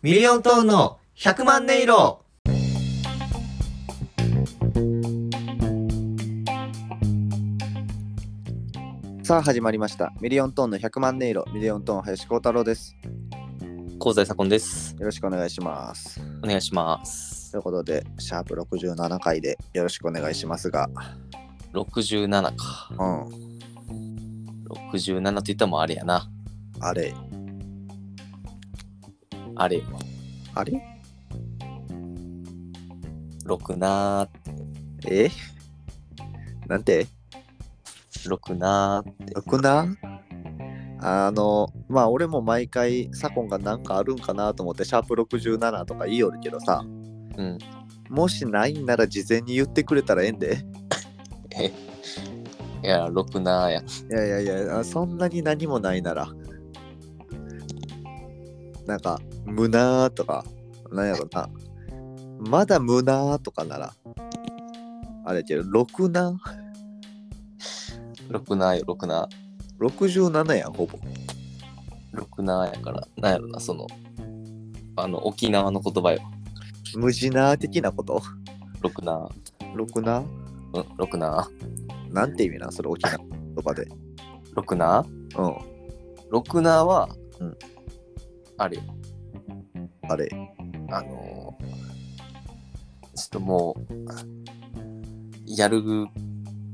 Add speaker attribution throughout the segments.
Speaker 1: ミリオントーンの100万音色
Speaker 2: さあ始まりました。ミリオントーンの100万音色、ミリオントーン林光太郎です。
Speaker 3: 香西左近です。
Speaker 2: よろしくお願いします。
Speaker 3: お願いします
Speaker 2: と。いうことで、シャープ67回でよろしくお願いしますが、
Speaker 3: 67か。
Speaker 2: うん、
Speaker 3: 67って言ったらもうあれやな。
Speaker 2: あれ、
Speaker 3: あれよ。
Speaker 2: あれ
Speaker 3: 6な
Speaker 2: えなんて
Speaker 3: ー、6なー。
Speaker 2: よくなあの、まあ俺も毎回、左近がなんかあるんかなと思って、シャープ67とか言いよるけどさ、
Speaker 3: うん。
Speaker 2: もしないんなら事前に言ってくれたらええんで。
Speaker 3: え、いや、6なーや。
Speaker 2: いやいやいや、あそんなに何もないなら。なんか、むなーとか、なんやろな。まだむなーとかなら。あれやけど、6な
Speaker 3: 6なーよ、6な
Speaker 2: ?67 やん、ほぼ。
Speaker 3: ー。6なーやから。なんやろな、その、あの、沖縄の言葉よ。
Speaker 2: 無地なー的なこと
Speaker 3: 6な
Speaker 2: ?6 な
Speaker 3: ー。うん、6な
Speaker 2: なんて意味なんそれ、沖縄とかで。
Speaker 3: ー。6なー。
Speaker 2: うん。
Speaker 3: 6なーは、
Speaker 2: うん
Speaker 3: あれよ。
Speaker 2: あれ。
Speaker 3: あのーちょっともう、やる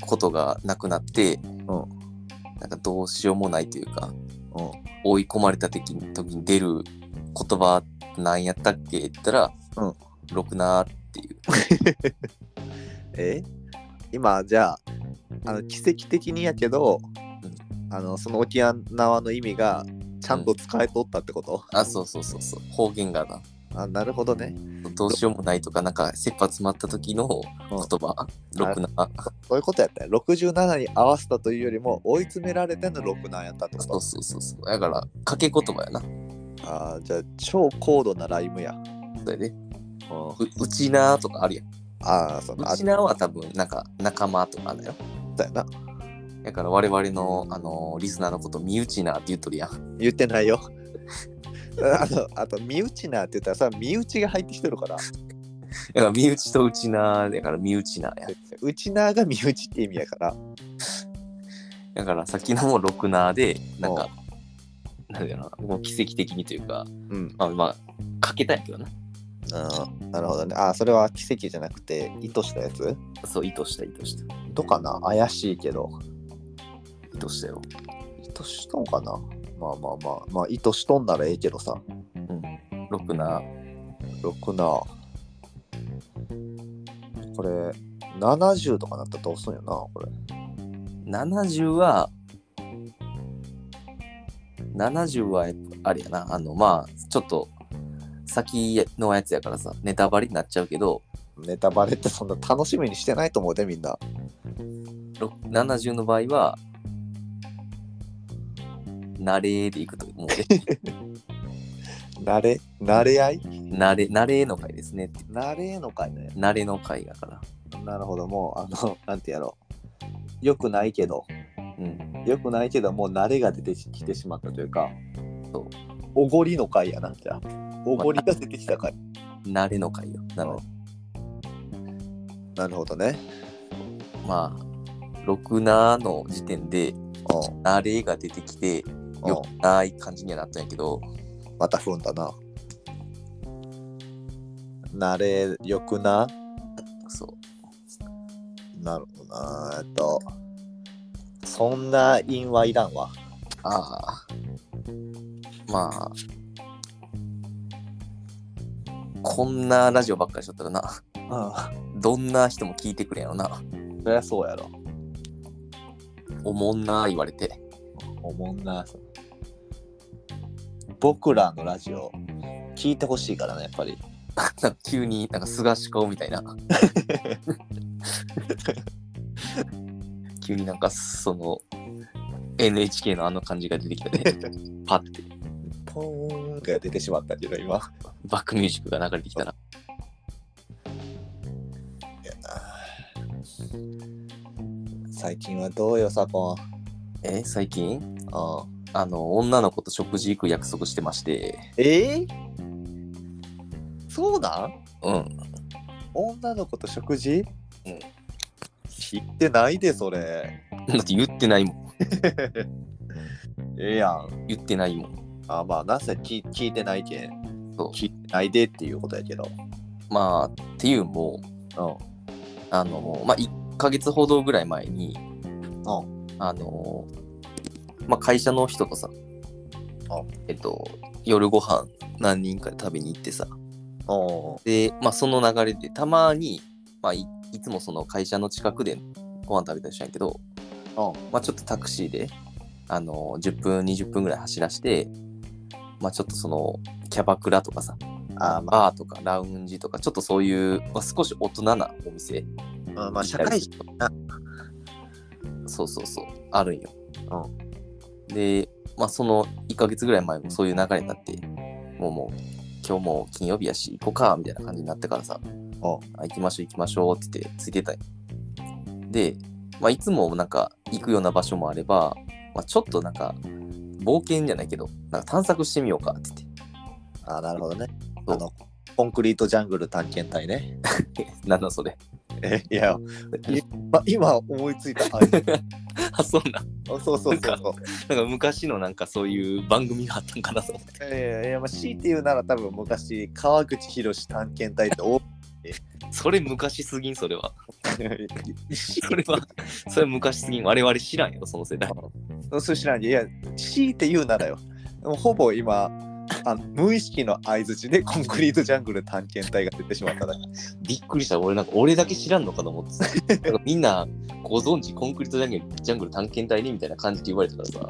Speaker 3: ことがなくなって、なんかどうしようもないというか、
Speaker 2: うん。
Speaker 3: 追い込まれた時に時に出る言葉なんやったっけって言ったら、
Speaker 2: うん
Speaker 3: ろくなーっていう。
Speaker 2: え今、じゃあ、あの奇跡的にやけど、あのその沖縄の意味がちゃんと使えとったってこと、
Speaker 3: あ、そうそうそうそう、方言がな。
Speaker 2: あ、なるほどね。
Speaker 3: どうしようもないとか、なんか、切羽詰まった時の言葉、ろくなー。
Speaker 2: そういうことやったよ。67に合わせたというよりも、追い詰められての6なんやったってこ
Speaker 3: そう
Speaker 2: と。
Speaker 3: そうそうそう。だから、掛け言葉やな。
Speaker 2: ああ、じゃあ、超高度なライムや。
Speaker 3: それで、う
Speaker 2: あ
Speaker 3: うちなーとかあるやん。
Speaker 2: あー、そう
Speaker 3: う
Speaker 2: あ
Speaker 3: ちなーは多分、なんか、仲間とかだよ。
Speaker 2: ったよな。
Speaker 3: だから我々の、あのーリスナーのこと身内なって言っとるやん。
Speaker 2: 言ってないよ。 あのあと、身内なって言ったらさ、身内が入ってきてるから、
Speaker 3: だから身内と内なだから身内なや。
Speaker 2: うちなが身内って意味やから、
Speaker 3: だからさっきのもろくなで、なんか、なんだよな、もう奇跡的にというか、
Speaker 2: うん。
Speaker 3: まあまあ、かけたんやけどな。
Speaker 2: あーなるほどね。ああ、それは奇跡じゃなくて、意図したやつ
Speaker 3: そう、意図した意図した。
Speaker 2: とかな怪しいけど。
Speaker 3: 意図したよ。
Speaker 2: 意図しとんかなまあまあまあ、まあ、意図しとんならええけどさ、
Speaker 3: ろくな。
Speaker 2: 6なこれ70とかなったらどうすんよなこれ
Speaker 3: 70は、70はやっぱあれやな、あの、まあ、ちょっと、先のやつやからさ、ネタバレになっちゃうけど、
Speaker 2: ネタバレってそんな楽しみにしてないと思うでみんな
Speaker 3: ろ70の場合は、慣れでいくと思うね。
Speaker 2: 慣れ慣れ合い
Speaker 3: 慣れ、慣れの回ですねって。
Speaker 2: 慣れのかいね
Speaker 3: 慣れの回だから。
Speaker 2: なるほどもうあの なんてやろうよくないけど
Speaker 3: うん。
Speaker 2: よくないけどもう慣れが出てきてしまったというか
Speaker 3: そう
Speaker 2: おごりの回やなじゃあおごりが出てきた回
Speaker 3: 慣れの回よ。なので、
Speaker 2: なるほどね
Speaker 3: まあ、ろくなの時点で、
Speaker 2: う
Speaker 3: 慣れが出てきて、
Speaker 2: ん
Speaker 3: よくない感じにはなったんやけど、
Speaker 2: うんまた踏んだな慣れよくな
Speaker 3: そ
Speaker 2: なるほどな。えっと、そんな因はいらんわ。
Speaker 3: う。ああ。まあ、こんなラジオばっかりしとったらな、
Speaker 2: う
Speaker 3: どんな人も聞いてくれんやろな。
Speaker 2: ん。そりゃそうやろ。
Speaker 3: おもんな言われて。
Speaker 2: おもんな。僕らのラジオ、聞いてほしいからね、やっぱり。
Speaker 3: なんか急になんか菅氏顔みたいな。 急になんかその NHK のあの感じが出てき たね。パッて
Speaker 2: ポーンが出てしまったけど、今。
Speaker 3: バックミュージックが流れてきたら。
Speaker 2: 最近はどうよ、サコン。
Speaker 3: えー最近
Speaker 2: うん。
Speaker 3: あの女の子と食事行く約束してまして、
Speaker 2: えー、そうなん
Speaker 3: うん。
Speaker 2: 女の子と食事
Speaker 3: うん
Speaker 2: 知ってないでそれ
Speaker 3: だって言ってないもん。
Speaker 2: ええやん
Speaker 3: 言ってないもん。
Speaker 2: あまあなせ聞聞いてないけん
Speaker 3: そう
Speaker 2: 聞いてないでっていうことやけど
Speaker 3: まあ、っていうのも、
Speaker 2: う
Speaker 3: あの、まあ、1ヶ月ほどぐらい前に、
Speaker 2: ん
Speaker 3: あの、まあ、会社の人とさ
Speaker 2: あ、
Speaker 3: えっと、夜ご飯何人かで食べに行ってさ、
Speaker 2: うん
Speaker 3: で、まあ、その流れで、たまに、まあい、いつもその会社の近くでご飯食べたりしたんやけど、
Speaker 2: う
Speaker 3: まあ、ちょっとタクシーで、あの、10分、20分ぐらい走らして、まあ、ちょっとその、キャバクラとかさ、
Speaker 2: んあま
Speaker 3: バーとかラウンジとか、ちょっとそういう、まあ、少し大人なお店。
Speaker 2: あまあ社会人な
Speaker 3: そうそうそう、あるんよ。
Speaker 2: う
Speaker 3: で、まあ、その1ヶ月ぐらい前もそういう流れになって、もうもう、今日も金曜日やし、行こうか、みたいな感じになってからさ、あ行きましょう行きましょうって言ってついてたんよで、まあ、いつもなんか行くような場所もあれば、まあ、ちょっとなんか冒険じゃないけどなんか探索してみようかって 言っ
Speaker 2: あなるほどね
Speaker 3: そう
Speaker 2: あのコンクリートジャングル探検隊ね
Speaker 3: てなんだそれ
Speaker 2: え いやま今思いついた あ
Speaker 3: あそうなん
Speaker 2: そうそうそう
Speaker 3: なん
Speaker 2: そう
Speaker 3: なんか昔のなんかそういう番組があったんかなと思って
Speaker 2: いやいやいや、まあ、強いて言うなら多分昔川口博探検隊って多
Speaker 3: それ昔すぎんそれは
Speaker 2: い
Speaker 3: それはそれは昔すぎん我々知らんよその世代
Speaker 2: そう知らんけどいや強いて言うならよでもほぼ今あの無意識の相づちでコンクリートジャングル探検隊が出てしまっただけ
Speaker 3: びっくりした俺なんか俺だけ知らんのかと思 ってたなんかみんなご存知コンクリートジャングルジャングル探検隊にみたいな感じで言われた からさ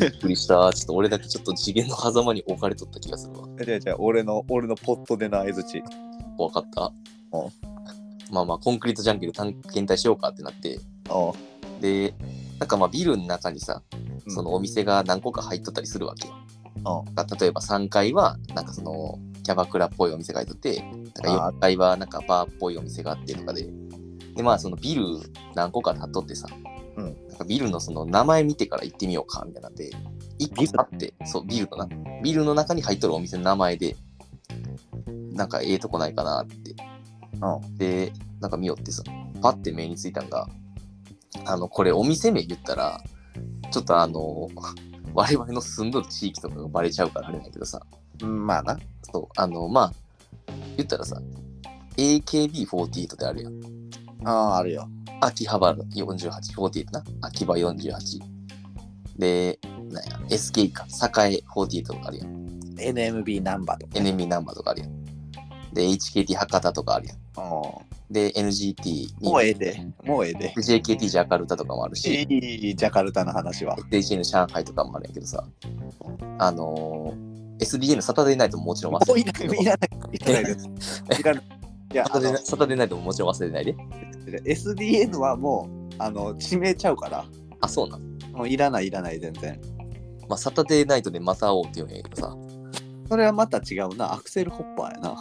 Speaker 3: びっくりしたちょっと俺だけちょっと次元の狭間に置かれとった気がするわ
Speaker 2: じゃじゃ俺の俺のポットでの相づち
Speaker 3: 怖かったまあまあコンクリートジャングル探検隊しようかってなって
Speaker 2: おう
Speaker 3: でなんかまあビルの中にさ
Speaker 2: うん
Speaker 3: そのお店が何個か入っとったりするわけよ、
Speaker 2: あ
Speaker 3: だから例えば3階はなんかそのキャバクラっぽいお店が入っとってなんか
Speaker 2: あ
Speaker 3: 4階はなんかバーっぽいお店があってとかででまあそのビル何個か立っとってさ、
Speaker 2: うん
Speaker 3: なんかビルのその名前見てから行ってみようかみたいなって一個あってそうビルのなビルの中に入っとるお店の名前でなんかええとこないかなって
Speaker 2: うん
Speaker 3: でなんか見よってさパッて目についたんがあのこれお店名言ったらちょっとあの 我々の住んどる地域とかがバレちゃうからあれだけどさ
Speaker 2: うんまあな
Speaker 3: そうあのまあ言ったらさ AKB48 ってあるやん
Speaker 2: あああるよ
Speaker 3: 秋葉原4848な秋葉48でなんや SK か栄48とかあるやん
Speaker 2: NMB ナンバーとか
Speaker 3: NMB ナンバーとかあるやんで HKT 博多とかあるやん
Speaker 2: お
Speaker 3: で NGT
Speaker 2: うもうええでもうええで
Speaker 3: JKT ジャカルタとかもあるし
Speaker 2: いいジャカルタの話は
Speaker 3: SDN 上海とかもあるんやけどさ、あのー、SDN サタデーナイトももちろん忘れてないけど
Speaker 2: いらないいらないですいらないいや
Speaker 3: サ
Speaker 2: あ
Speaker 3: タデー
Speaker 2: の
Speaker 3: ナサタデーナイトももちろん忘れてないで。
Speaker 2: SDN はもうあの地名ちゃうから
Speaker 3: あ、そうなん。
Speaker 2: もういらないいらない全然
Speaker 3: まあ、サタデーナイトでまた会おうって言うんやけどさ。
Speaker 2: それはまた違うなアクセルホッパーやな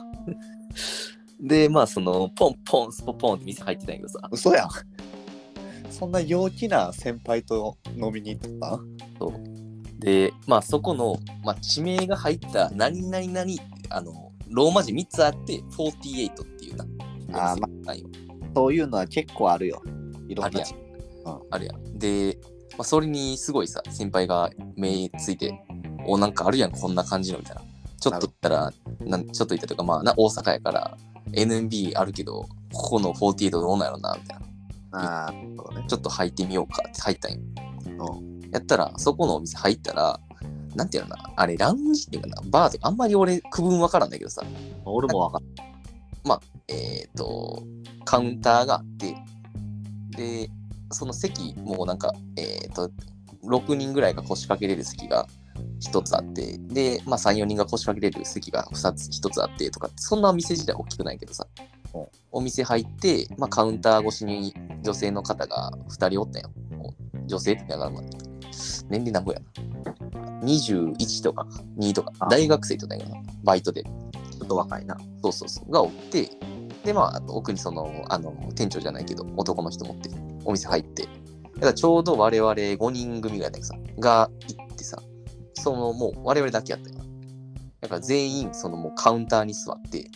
Speaker 3: で、まあ、その、ポンポン、スポポンって店入ってたんやけどさ、
Speaker 2: 嘘やんそんな陽気な先輩と飲みに行っとっ
Speaker 3: で、まあ、そこの、まあ、地名が入った、何々何々、あの、ローマ字3つあって、48っていうな。
Speaker 2: あー
Speaker 3: あ、よ
Speaker 2: たそういうのは結構あるよいろ
Speaker 3: あ
Speaker 2: ん
Speaker 3: る
Speaker 2: な
Speaker 3: やん。あるやん。で、まあ、それにすごいさ、先輩が目ついて、お、なんかあるやん、こんな感じのみたいな。ちょっと行ったら、なんちょっと行ったというか、まあ、な大阪やから、NMB あるけど、ここの48どうなんやろな、みたいな。
Speaker 2: ああそうね
Speaker 3: ちょっと入ってみようかって入ったんよ。やったら、そこのお店入ったら、なんていうのかな、あれ、ラウンジっていうかな、バーとか、あんまり俺、区分わからんだけどさ、
Speaker 2: 俺も分かっ
Speaker 3: えっ、と、カウンターがあって、で、その席もなんか、えっ、と、6人ぐらいが腰掛けれる席が1つあって、で、まあ3、4人が腰掛けれる席が2つ、1つあってとかって、そんなお店自体大きくないけどさ
Speaker 2: うん、
Speaker 3: お店入って、まあカウンター越しに女性の方が2人おったよ。女性って言いながら、まあ年齢何個やな。21とかか2とか
Speaker 2: あ、
Speaker 3: 大学生とかやな、バイトで。
Speaker 2: たちょっと若いな
Speaker 3: そうそうそう、がおって、で、まあ、あと奥にその、あの、店長じゃないけど、男の人持って、お店入って、だからちょうど我々5人組ぐらいだけどさ、が行ってさ、その、もう我々だけやったよな。だだから全員、そのもうカウンターに座って、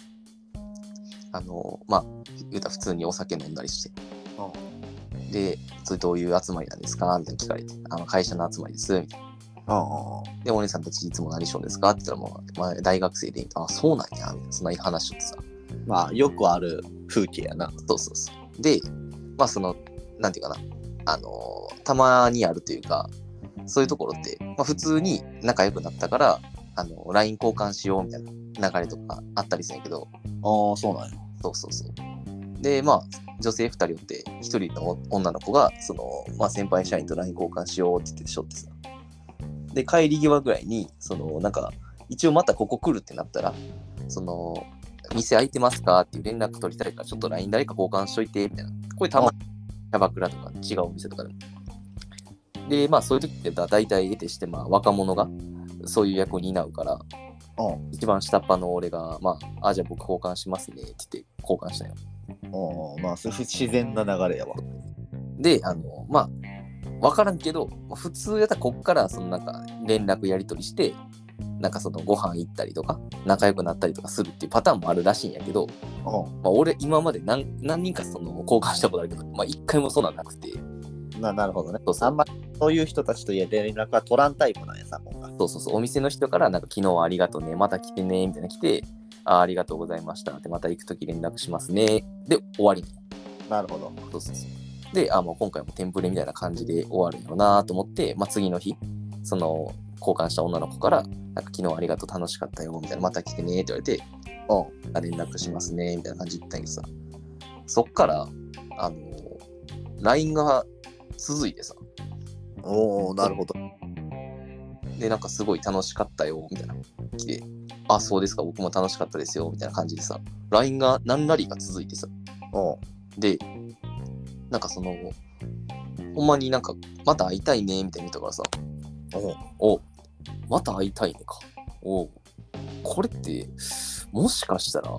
Speaker 3: あの、まあ、言うたら普通にお酒飲んだりして。で、それどういう集まりなんですかみたいな聞かれて、あの会社の集まりです、みたい
Speaker 2: あ
Speaker 3: な。で、お姉さんたちいつも何しようんですかって言ったらもう、まあ、大学生で、あ、そうなんや、みたいな、そんな話しとってさ。
Speaker 2: まあよくある風景やな。
Speaker 3: そうそうそう。で、まあその、なんていうかな、あのーたまにあるというか、そういうところって、まあ普通に仲良くなったから、あの、LINE 交換しようみたいな流れとかあったりするんやけど、
Speaker 2: ああそうなんや。
Speaker 3: そうそうそう。で、まあ、女性2人おって、1人の女の子が、その、まあ先輩社員と LINE 交換しようって言ってしょってさ。で、帰り際ぐらいに、その、なんか、一応またここ来るってなったら、その、店空いてますかっていう連絡取りたいから、ちょっと LINE 誰か交換しといて、みたいな。これたまに、キャバクラとか違うお店とかでも。で、まあそういう時ってだ大体得てして、まあ若者がそういう役を担うから、
Speaker 2: う
Speaker 3: 一番下っ端の俺が、まあ、あ、じゃあ僕交換しますねって言って交換したよ。
Speaker 2: おまあそれ不自然な流れやわ。
Speaker 3: で、あの、まあ、わからんけど、まあ普通やったらこっから、そのなんか連絡やり取りして、なんかそのご飯行ったりとか、仲良くなったりとかするっていうパターンもあるらしいんやけど、まあ、俺今まで何何人かその交換したことあるけど、まあ一回もそうなんなくて、
Speaker 2: うん。ななるほどね。
Speaker 3: そうそう
Speaker 2: あんまりそういう人たちと連絡は取らんタイプなんやさ、今回。
Speaker 3: そうそうそう、お店の人から、なんか昨日はありがとうね、また来てね、みたいな来て、あーありがとうございましたって、また行くとき連絡しますね。で、終わり。
Speaker 2: なるほど。
Speaker 3: そうそうそう。で、あ、もう今回もテンプレみたいな感じで終わるよなと思って、まあ、次の日、その、交換した女の子から、なんか昨日ありがとう、楽しかったよ、みたいな、また来てねって言われて、
Speaker 2: う
Speaker 3: あ連絡しますね、みたいな感じで言ったんやけどさ、そっから、あの、LINE が続いてさ、
Speaker 2: ん。おおなるほど。
Speaker 3: で、なんかすごい楽しかったよ、みたいな。来て、あ、そうですか、僕も楽しかったですよ、みたいな感じでさ、LINE が何ラリーか続いてさ、
Speaker 2: お
Speaker 3: で、なんかその、ほんまになんか、また会いたいね、みたいに言ったからさ、おおまた会いたいねか。おこれって、もしかしたら、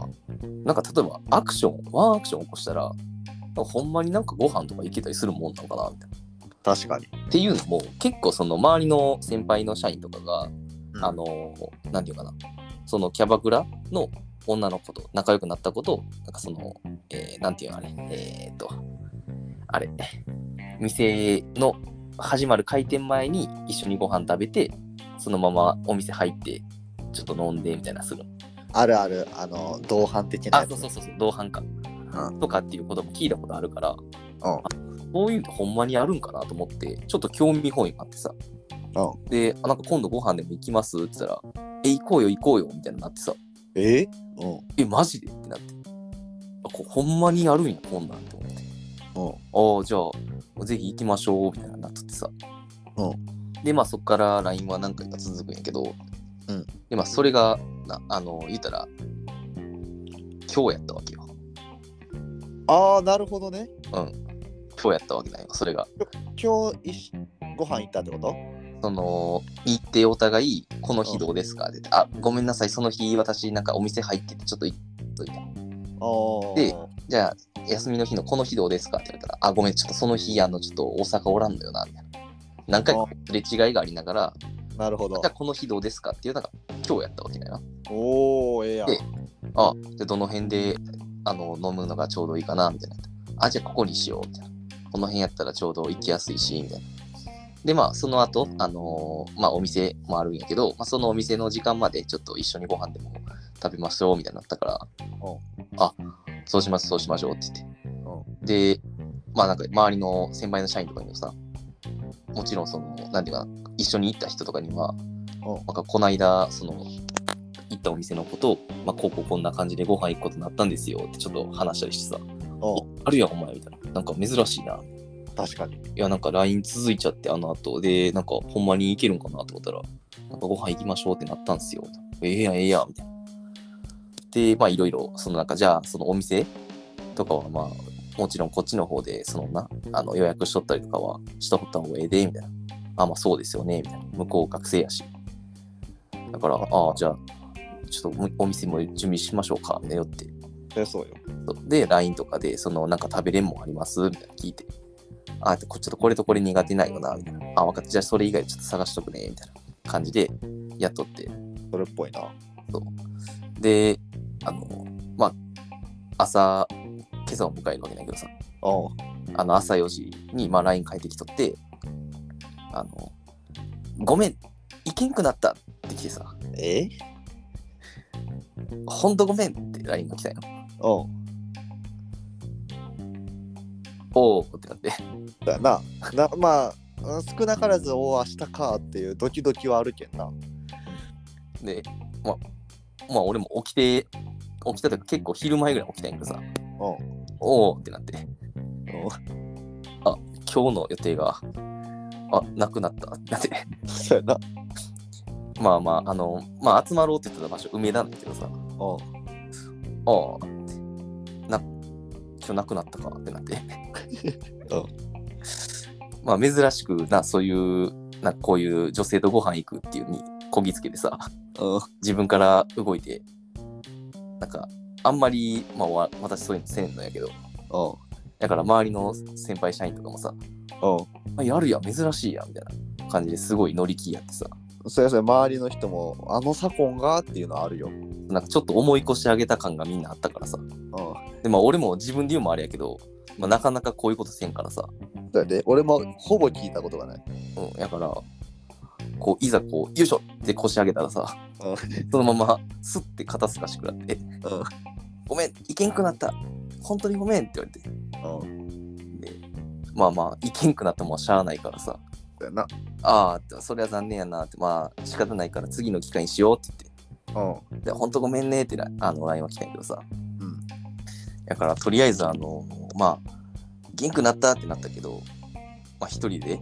Speaker 3: なんか例えばアクション、ワンアクション起こしたら、なんかほんまになんかご飯とか行けたりするもんなんかな、みたいな。
Speaker 2: 確かに。
Speaker 3: っていうのも結構その周りの先輩の社員とかが、
Speaker 2: うん
Speaker 3: あの何て言うかなそのキャバクラの女の子と仲良くなったことをなんかその、えー、なんていうのあれえーっとあれ店の始まる開店前に一緒にご飯食べてそのままお店入ってちょっと飲んでみたいなする
Speaker 2: あるある、あの、同伴的な
Speaker 3: あ
Speaker 2: やつ
Speaker 3: そうそうそうそう同伴か、
Speaker 2: う
Speaker 3: とかっていうことも聞いたことあるから、そういうのほんまにあるんかなと思って、ちょっと興味本位があってさ。
Speaker 2: う
Speaker 3: で、あなんか今度ご飯でも行きますって言ったら、え、行こうよ行こうよみたいになってさ、
Speaker 2: えうん。
Speaker 3: え、マジでってなって。あこほんまにあるんや、こんなんって思って。
Speaker 2: うん。
Speaker 3: ああ、じゃあ、ぜひ行きましょうみたいなになっとってさ。。
Speaker 2: うん
Speaker 3: で、まあそっから LINE は何回か続くんやけど、
Speaker 2: うん。
Speaker 3: で、まあそれが、なあの、言ったら、今日やったわけよ。
Speaker 2: ああ、なるほどね。
Speaker 3: 今日やったわけなんよ、それが。
Speaker 2: 今日一緒ご飯行ったってこと
Speaker 3: その行ってお互いこの日どうですかって言ってあごめんなさいその日私なんかお店入っててちょっと行っといた
Speaker 2: ああ。
Speaker 3: でじゃあ休みの日のこの日どうですかって言われたらあごめんちょっとその日あのちょっと大阪おらんのよなみたいな何回かすれ違いがありながら
Speaker 2: なるほど
Speaker 3: じゃあ。この日どうですかっていうのが今日やったわけだよな
Speaker 2: おおええやん
Speaker 3: で。あじゃあどの辺であの飲むのがちょうどいいかなみたいなあじゃあここにしようみたいなこの辺やったらちょうど行きやすいしみたいなでまあその後あのーまあお店もあるんやけど、まあ、そのお店の時間までちょっと一緒にご飯でも食べましょうみたいになったから
Speaker 2: お
Speaker 3: あそうしますそうしましょうって
Speaker 2: お
Speaker 3: 言ってでまあなんか周りの先輩の社員とかにもさもちろんそのなんていうかな一緒に行った人とかには
Speaker 2: お
Speaker 3: なんかこの間その行ったお店のことを、まあ、こうこうこんな感じでご飯行くことになったんですよってちょっと話したりしてさ
Speaker 2: お
Speaker 3: あるやんお前みたいななんか珍しいな
Speaker 2: 確かに。
Speaker 3: いやなんか LINE 続いちゃってあの後でなんかほんまに行けるんかなと思ったらなんかご飯行きましょうってなったんですよええやんええやんみたいなでまあいろいろそのなんかじゃあそのお店とかはまあもちろんこっちの方でそのなあの予約しとったりとかはしとった方がええでみたいなあまあそうですよねみたいな向こう学生やしだからああじゃあちょっとお店も準備しましょうかみたいなよって
Speaker 2: そりゃそうよ。
Speaker 3: そうで、LINE とかで、その、なんか食べれんもんありますみたいな聞いて。あ、こちょっとこれとこれ苦手ないよな、みたいな。あ、分かった。じゃあそれ以外ちょっと探しとくね、みたいな感じで、やっとって。
Speaker 2: それっぽいな。
Speaker 3: ど、で、あの、まあ、朝、今朝を迎えるわけだけどさ、
Speaker 2: おう
Speaker 3: あの朝4時に、まあ、LINE 返ってきとって、あの、ごめん、行けんくなったって来てさ、
Speaker 2: え
Speaker 3: ほんとごめんって LINE が来たよ。
Speaker 2: おう
Speaker 3: おおってなって、
Speaker 2: だななまあうん少なからずおう明日かっていうドキドキはあるけん な
Speaker 3: で、まあ、まあ、俺も起きて、起きたというか結構昼前ぐらいに起きたんやけどさ、
Speaker 2: おう
Speaker 3: おおってなって、
Speaker 2: おう
Speaker 3: 今日の予定が、あ、なくなったってなって、
Speaker 2: そうやな
Speaker 3: まあまあ、あの、まあ、集まろうって言ってた場所、梅田なんだけどさ、
Speaker 2: おう
Speaker 3: ああってな今日なくなったかってなって
Speaker 2: うん
Speaker 3: まあ珍しくなそういうなんかこういう女性とご飯行くっていうのにこぎつけてさ
Speaker 2: うん
Speaker 3: 自分から動いてなんかあんまり、まあ、わ私そういうのせんのやけど
Speaker 2: おう
Speaker 3: だから周りの先輩社員とかもさ「
Speaker 2: お
Speaker 3: あやるやん珍しいやん」みたいな感じですごい乗り気やってさ
Speaker 2: うそれそれ周りの人もあの左近がっていうのあるよ
Speaker 3: なんかちょっと思い越し上げた感がみんなあったからさ
Speaker 2: うん
Speaker 3: でまあ俺も自分で言うのもあれやけど、まあ、なかなかこういうことせんからさ
Speaker 2: だって俺もほぼ聞いたことがない。
Speaker 3: うん、やから、こう、いざこう、よいしょって腰上げたらさ
Speaker 2: うん、
Speaker 3: そのまま、スッて肩すかしくなって、ごめん、いけんくなった。本当にごめんって言わ
Speaker 2: うん。
Speaker 3: れて。で、まあまあ、いけんくなったもんはしゃあないからさ、
Speaker 2: だよな。
Speaker 3: ああ、それは残念やなって、まあ、仕方ないから次の機会にしようって
Speaker 2: う
Speaker 3: 言って、で、本当ごめんねってなあの LINE は来たんやけどさ、
Speaker 2: うん。
Speaker 3: だから、とりあえず、あの、まあ、元気になったってなったけど、まあ、一人で、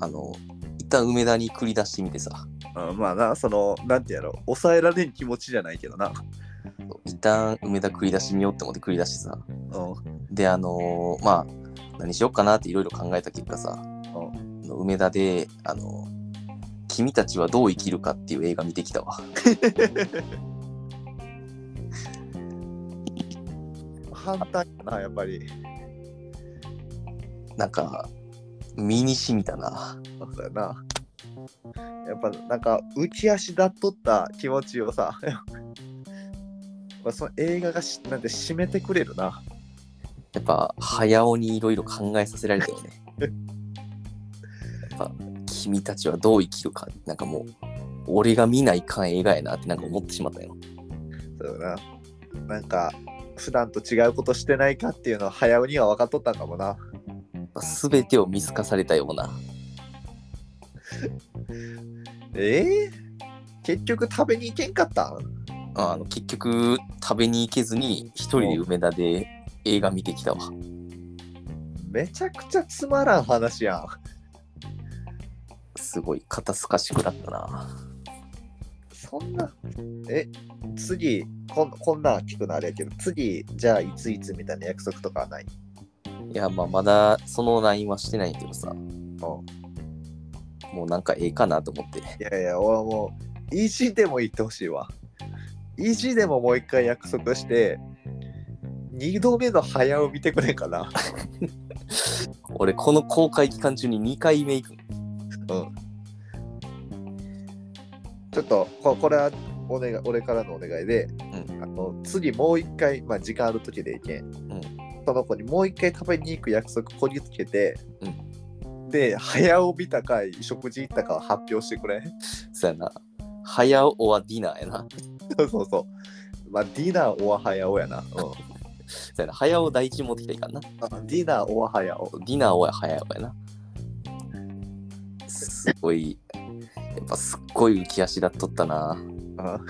Speaker 3: あの、一旦梅田に繰り出してみてさ、
Speaker 2: ん。うん、まあな、その、なんてやろう、抑えられん気持ちじゃないけどな。
Speaker 3: 一旦梅田繰り出してみようって思って繰り出してさ
Speaker 2: うん。
Speaker 3: であのーまあ何しようかなっていろいろ考えた結果さ、あの梅田であの「君たちはどう生きるか」っていう映画見てきたわ
Speaker 2: 反対かな、やっぱり。
Speaker 3: なんか身にしみたな
Speaker 2: そうやな。やっぱなんか浮き足立っとった気持ちをさ、 まあその映画がしなんて締めてくれるな。
Speaker 3: やっぱ早尾にいろいろ考えさせられたよねやっぱ「君たちはどう生きるか」なんかもう俺が見ないかん映画やなってなんか思ってしまったよ
Speaker 2: そうやな。なんか、普段と違うことしてないかっていうのは早うには分かっとったんかもな。
Speaker 3: やっぱ全てを見透かされたような
Speaker 2: ええ結局食べに行けんかったん
Speaker 3: あの結局食べに行けずに一人で梅田で映画見てきたわ
Speaker 2: めちゃくちゃつまらん話やん。
Speaker 3: すごい肩透かしくなったな
Speaker 2: そんな。え、次、こんこんなん聞くのあれやけど、次、じゃあいついつみたいな約束とかはない。
Speaker 3: いやまあまだその LINE はしてないけどさ
Speaker 2: も
Speaker 3: もうなんかええかなと思って
Speaker 2: ういやいや、俺はもう、意地でも言ってほしいわ。意地でももう一回約束して、二度目の早を見てくれんかな。
Speaker 3: 俺この公開期間中に2回目行く
Speaker 2: ちょっとここれはお願い俺からのお願いで、あの次もう一回、まあ、時間ある時でいけん、
Speaker 3: ん
Speaker 2: その子にもう一回食べに行く約束こぎつけて、
Speaker 3: う
Speaker 2: で早を見たか食事行ったかを発表してく れ
Speaker 3: そやな早尾はディナーやな
Speaker 2: そうそうそうまあディナーおは早おやな、う
Speaker 3: そやな早尾第一持ってきたらいかんなん
Speaker 2: あ、ディナーおは早お
Speaker 3: ディナーは早尾やなすごいやっぱすっごい浮き足立っとったな
Speaker 2: あ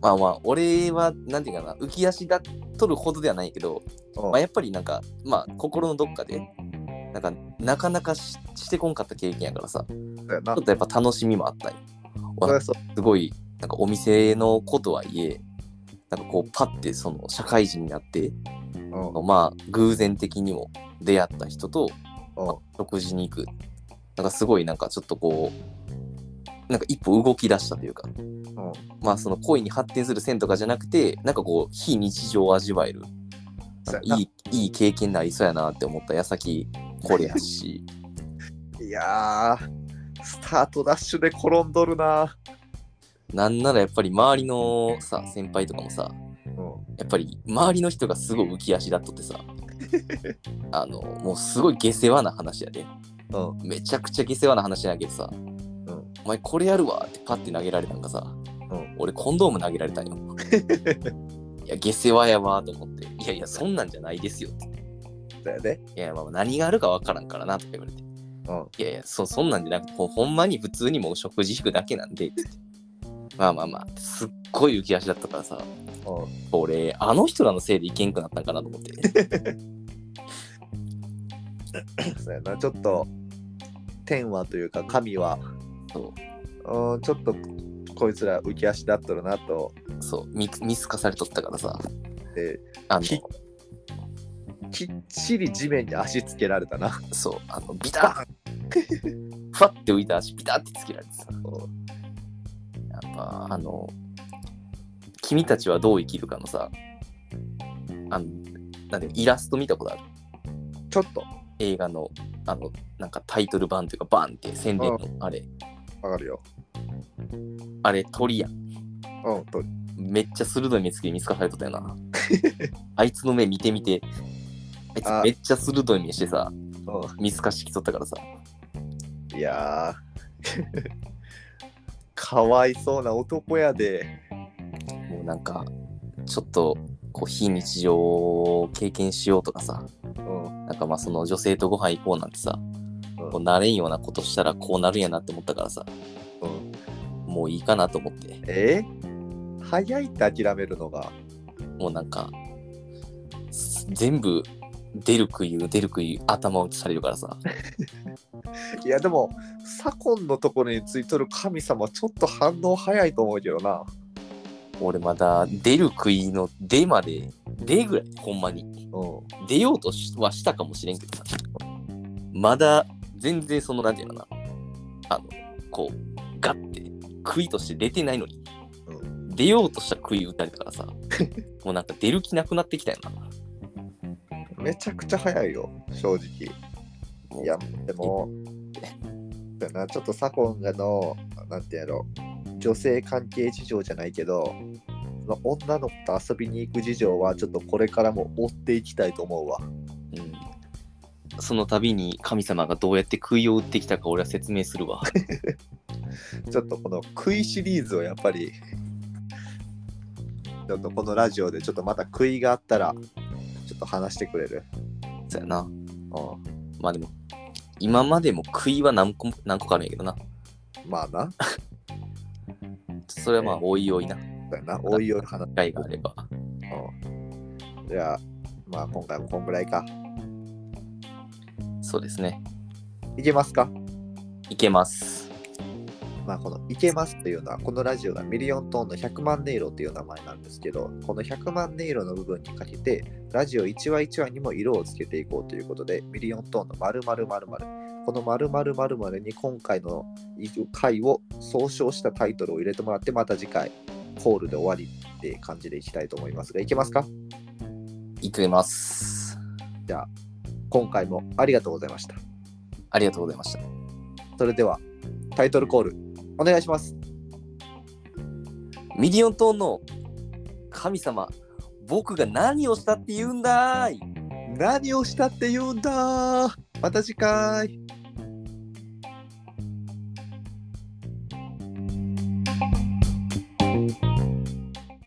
Speaker 3: まあまあ、俺は、なんていうかな、浮き足だとるほどではないけど、
Speaker 2: うん
Speaker 3: まあやっぱりなんか、まあ心のどっかで、なんか、なかなかししてこんかった経験やからさ、ち
Speaker 2: そうやな
Speaker 3: ょっとやっぱ楽しみもあったよ。
Speaker 2: そりゃそう
Speaker 3: すごい、なんかお店のことはいえ、なんかこう、パッてその社会人になって、
Speaker 2: うん
Speaker 3: まあ偶然的にも出会った人と
Speaker 2: うん
Speaker 3: 食事に行く。なんかすごいなんかちょっとこう、なんか一歩動き出したというか、
Speaker 2: うん
Speaker 3: まあその恋に発展する線とかじゃなくてなんかこう非日常を味わえる
Speaker 2: そうやない
Speaker 3: いいい経験になりそうやなって思った矢先これやし
Speaker 2: いやースタートダッシュで転んどるな
Speaker 3: なんならやっぱり周りのさ、先輩とかもさ、
Speaker 2: う
Speaker 3: やっぱり周りの人がすごい浮き足立っとってさ、あの、もうすごい下世話な話やで。
Speaker 2: ん。うん。
Speaker 3: めちゃくちゃ下世話な話なんやけどさ、お前これやるわってパッて投げられたんかさ、
Speaker 2: うん
Speaker 3: 俺コンドーム投げられたんよ。 いや、下世話やわと思って、いやいや、そんなんじゃないですよって。
Speaker 2: だよね。
Speaker 3: いや、まあ何があるかわからんからなとか言われて、
Speaker 2: うん。
Speaker 3: いやいや、そそんなんじゃなくて、ほほんまに普通にもう食事引くだけなんでって言って。まあまあまあ、すっごい浮き足だったからさ、
Speaker 2: う
Speaker 3: 俺、あの人らのせいでいけんくなったんかな と思って。
Speaker 2: ん。そうやな。ちょっと、天はというか、神は、
Speaker 3: そ
Speaker 2: うん、ちょっと、こいつら浮き足立っとるなと、
Speaker 3: う、そう、見見透かされとったからさ、
Speaker 2: で、
Speaker 3: あの、
Speaker 2: ききっちり地面に足つけられたな。
Speaker 3: そう、あの、ビタッふわって浮いた足、ビタッてつけられてさ。やっぱ、あの、君たちはどう生きるかのさ、あの、なんていうのイラスト見たことある
Speaker 2: ちょっと、
Speaker 3: 映画の、あの、なんかタイトル版というか、バンって宣伝の、あれ、
Speaker 2: わかるよ。
Speaker 3: あれ、鳥やん。
Speaker 2: うん、と
Speaker 3: めっちゃ鋭い目つきで見つかされとったよな。あいつの目見てみて。あいつ
Speaker 2: あ
Speaker 3: めっちゃ鋭い目してさ、
Speaker 2: う
Speaker 3: 見透かしてきとったからさ。
Speaker 2: ん、いやー かわいそうな男やで。
Speaker 3: もうなんかちょっとこう非日常を経験しようとかさ
Speaker 2: うん、
Speaker 3: なんかまあその女性とご飯行こうなんてさ、
Speaker 2: うん
Speaker 3: こうなれんようなことしたらこうなるんやなって思ったからさ
Speaker 2: うん、
Speaker 3: もういいかなと思って
Speaker 2: え早いって諦めるのが。
Speaker 3: もうなんかす全部出る杭を出る杭頭打ちされるからさ
Speaker 2: いやでも、左近のところについとる神様、ちょっと反応早いと思うけどな。
Speaker 3: 俺まだ出る杭の出まで出ぐらいほんまに
Speaker 2: うん、
Speaker 3: 出ようとしはしたかもしれんけどさまだ全然そのなんていうのかなあのこうガッて杭として出てないのに、
Speaker 2: う
Speaker 3: 出ようとした杭打たれたから さもうなんか出る気なくなってきたよな
Speaker 2: めちゃくちゃ早いよ、正直。
Speaker 3: もう
Speaker 2: いや、でも、だなちょっと左近がの、なんてやろ、女性関係事情じゃないけど、その女の子と遊びに行く事情は、ちょっとこれからも追っていきたいと思うわ。
Speaker 3: うんその度に神様がどうやって杭を打ってきたか俺は説明するわ
Speaker 2: ちょっとこの杭シリーズをやっぱり、ちょっとこのラジオでちょっとまた杭があったら、ちょっと話してくれる。
Speaker 3: そうやな
Speaker 2: う、
Speaker 3: まあでも今までも杭は何個も何個かあるんやけどなん
Speaker 2: まあな、
Speaker 3: それはまあおいおいな
Speaker 2: そうやな、おいおい話。
Speaker 3: 機会があれば
Speaker 2: うんじゃあ、まあ今回もこんぐらいか。
Speaker 3: そうですね
Speaker 2: いけますか
Speaker 3: いけます
Speaker 2: まあ、この「いけます」というのはこのラジオがミリオントーンの100万音色という名前なんですけどこの100万音色の部分にかけてラジオ1話1話にも色をつけていこうということでミリオントーンの〇〇〇〇この〇〇〇〇に今回の回を総称したタイトルを入れてもらってまた次回コールで終わりって感じでいきたいと思いますがいけますか
Speaker 3: いけます
Speaker 2: じゃあ今回もありがとうございました
Speaker 3: ありがとうございました
Speaker 2: それではタイトルコールお願いします
Speaker 3: ミリオントーンの神様、僕が何をしたって言うんだーい
Speaker 2: 何をしたって言うんだまた次回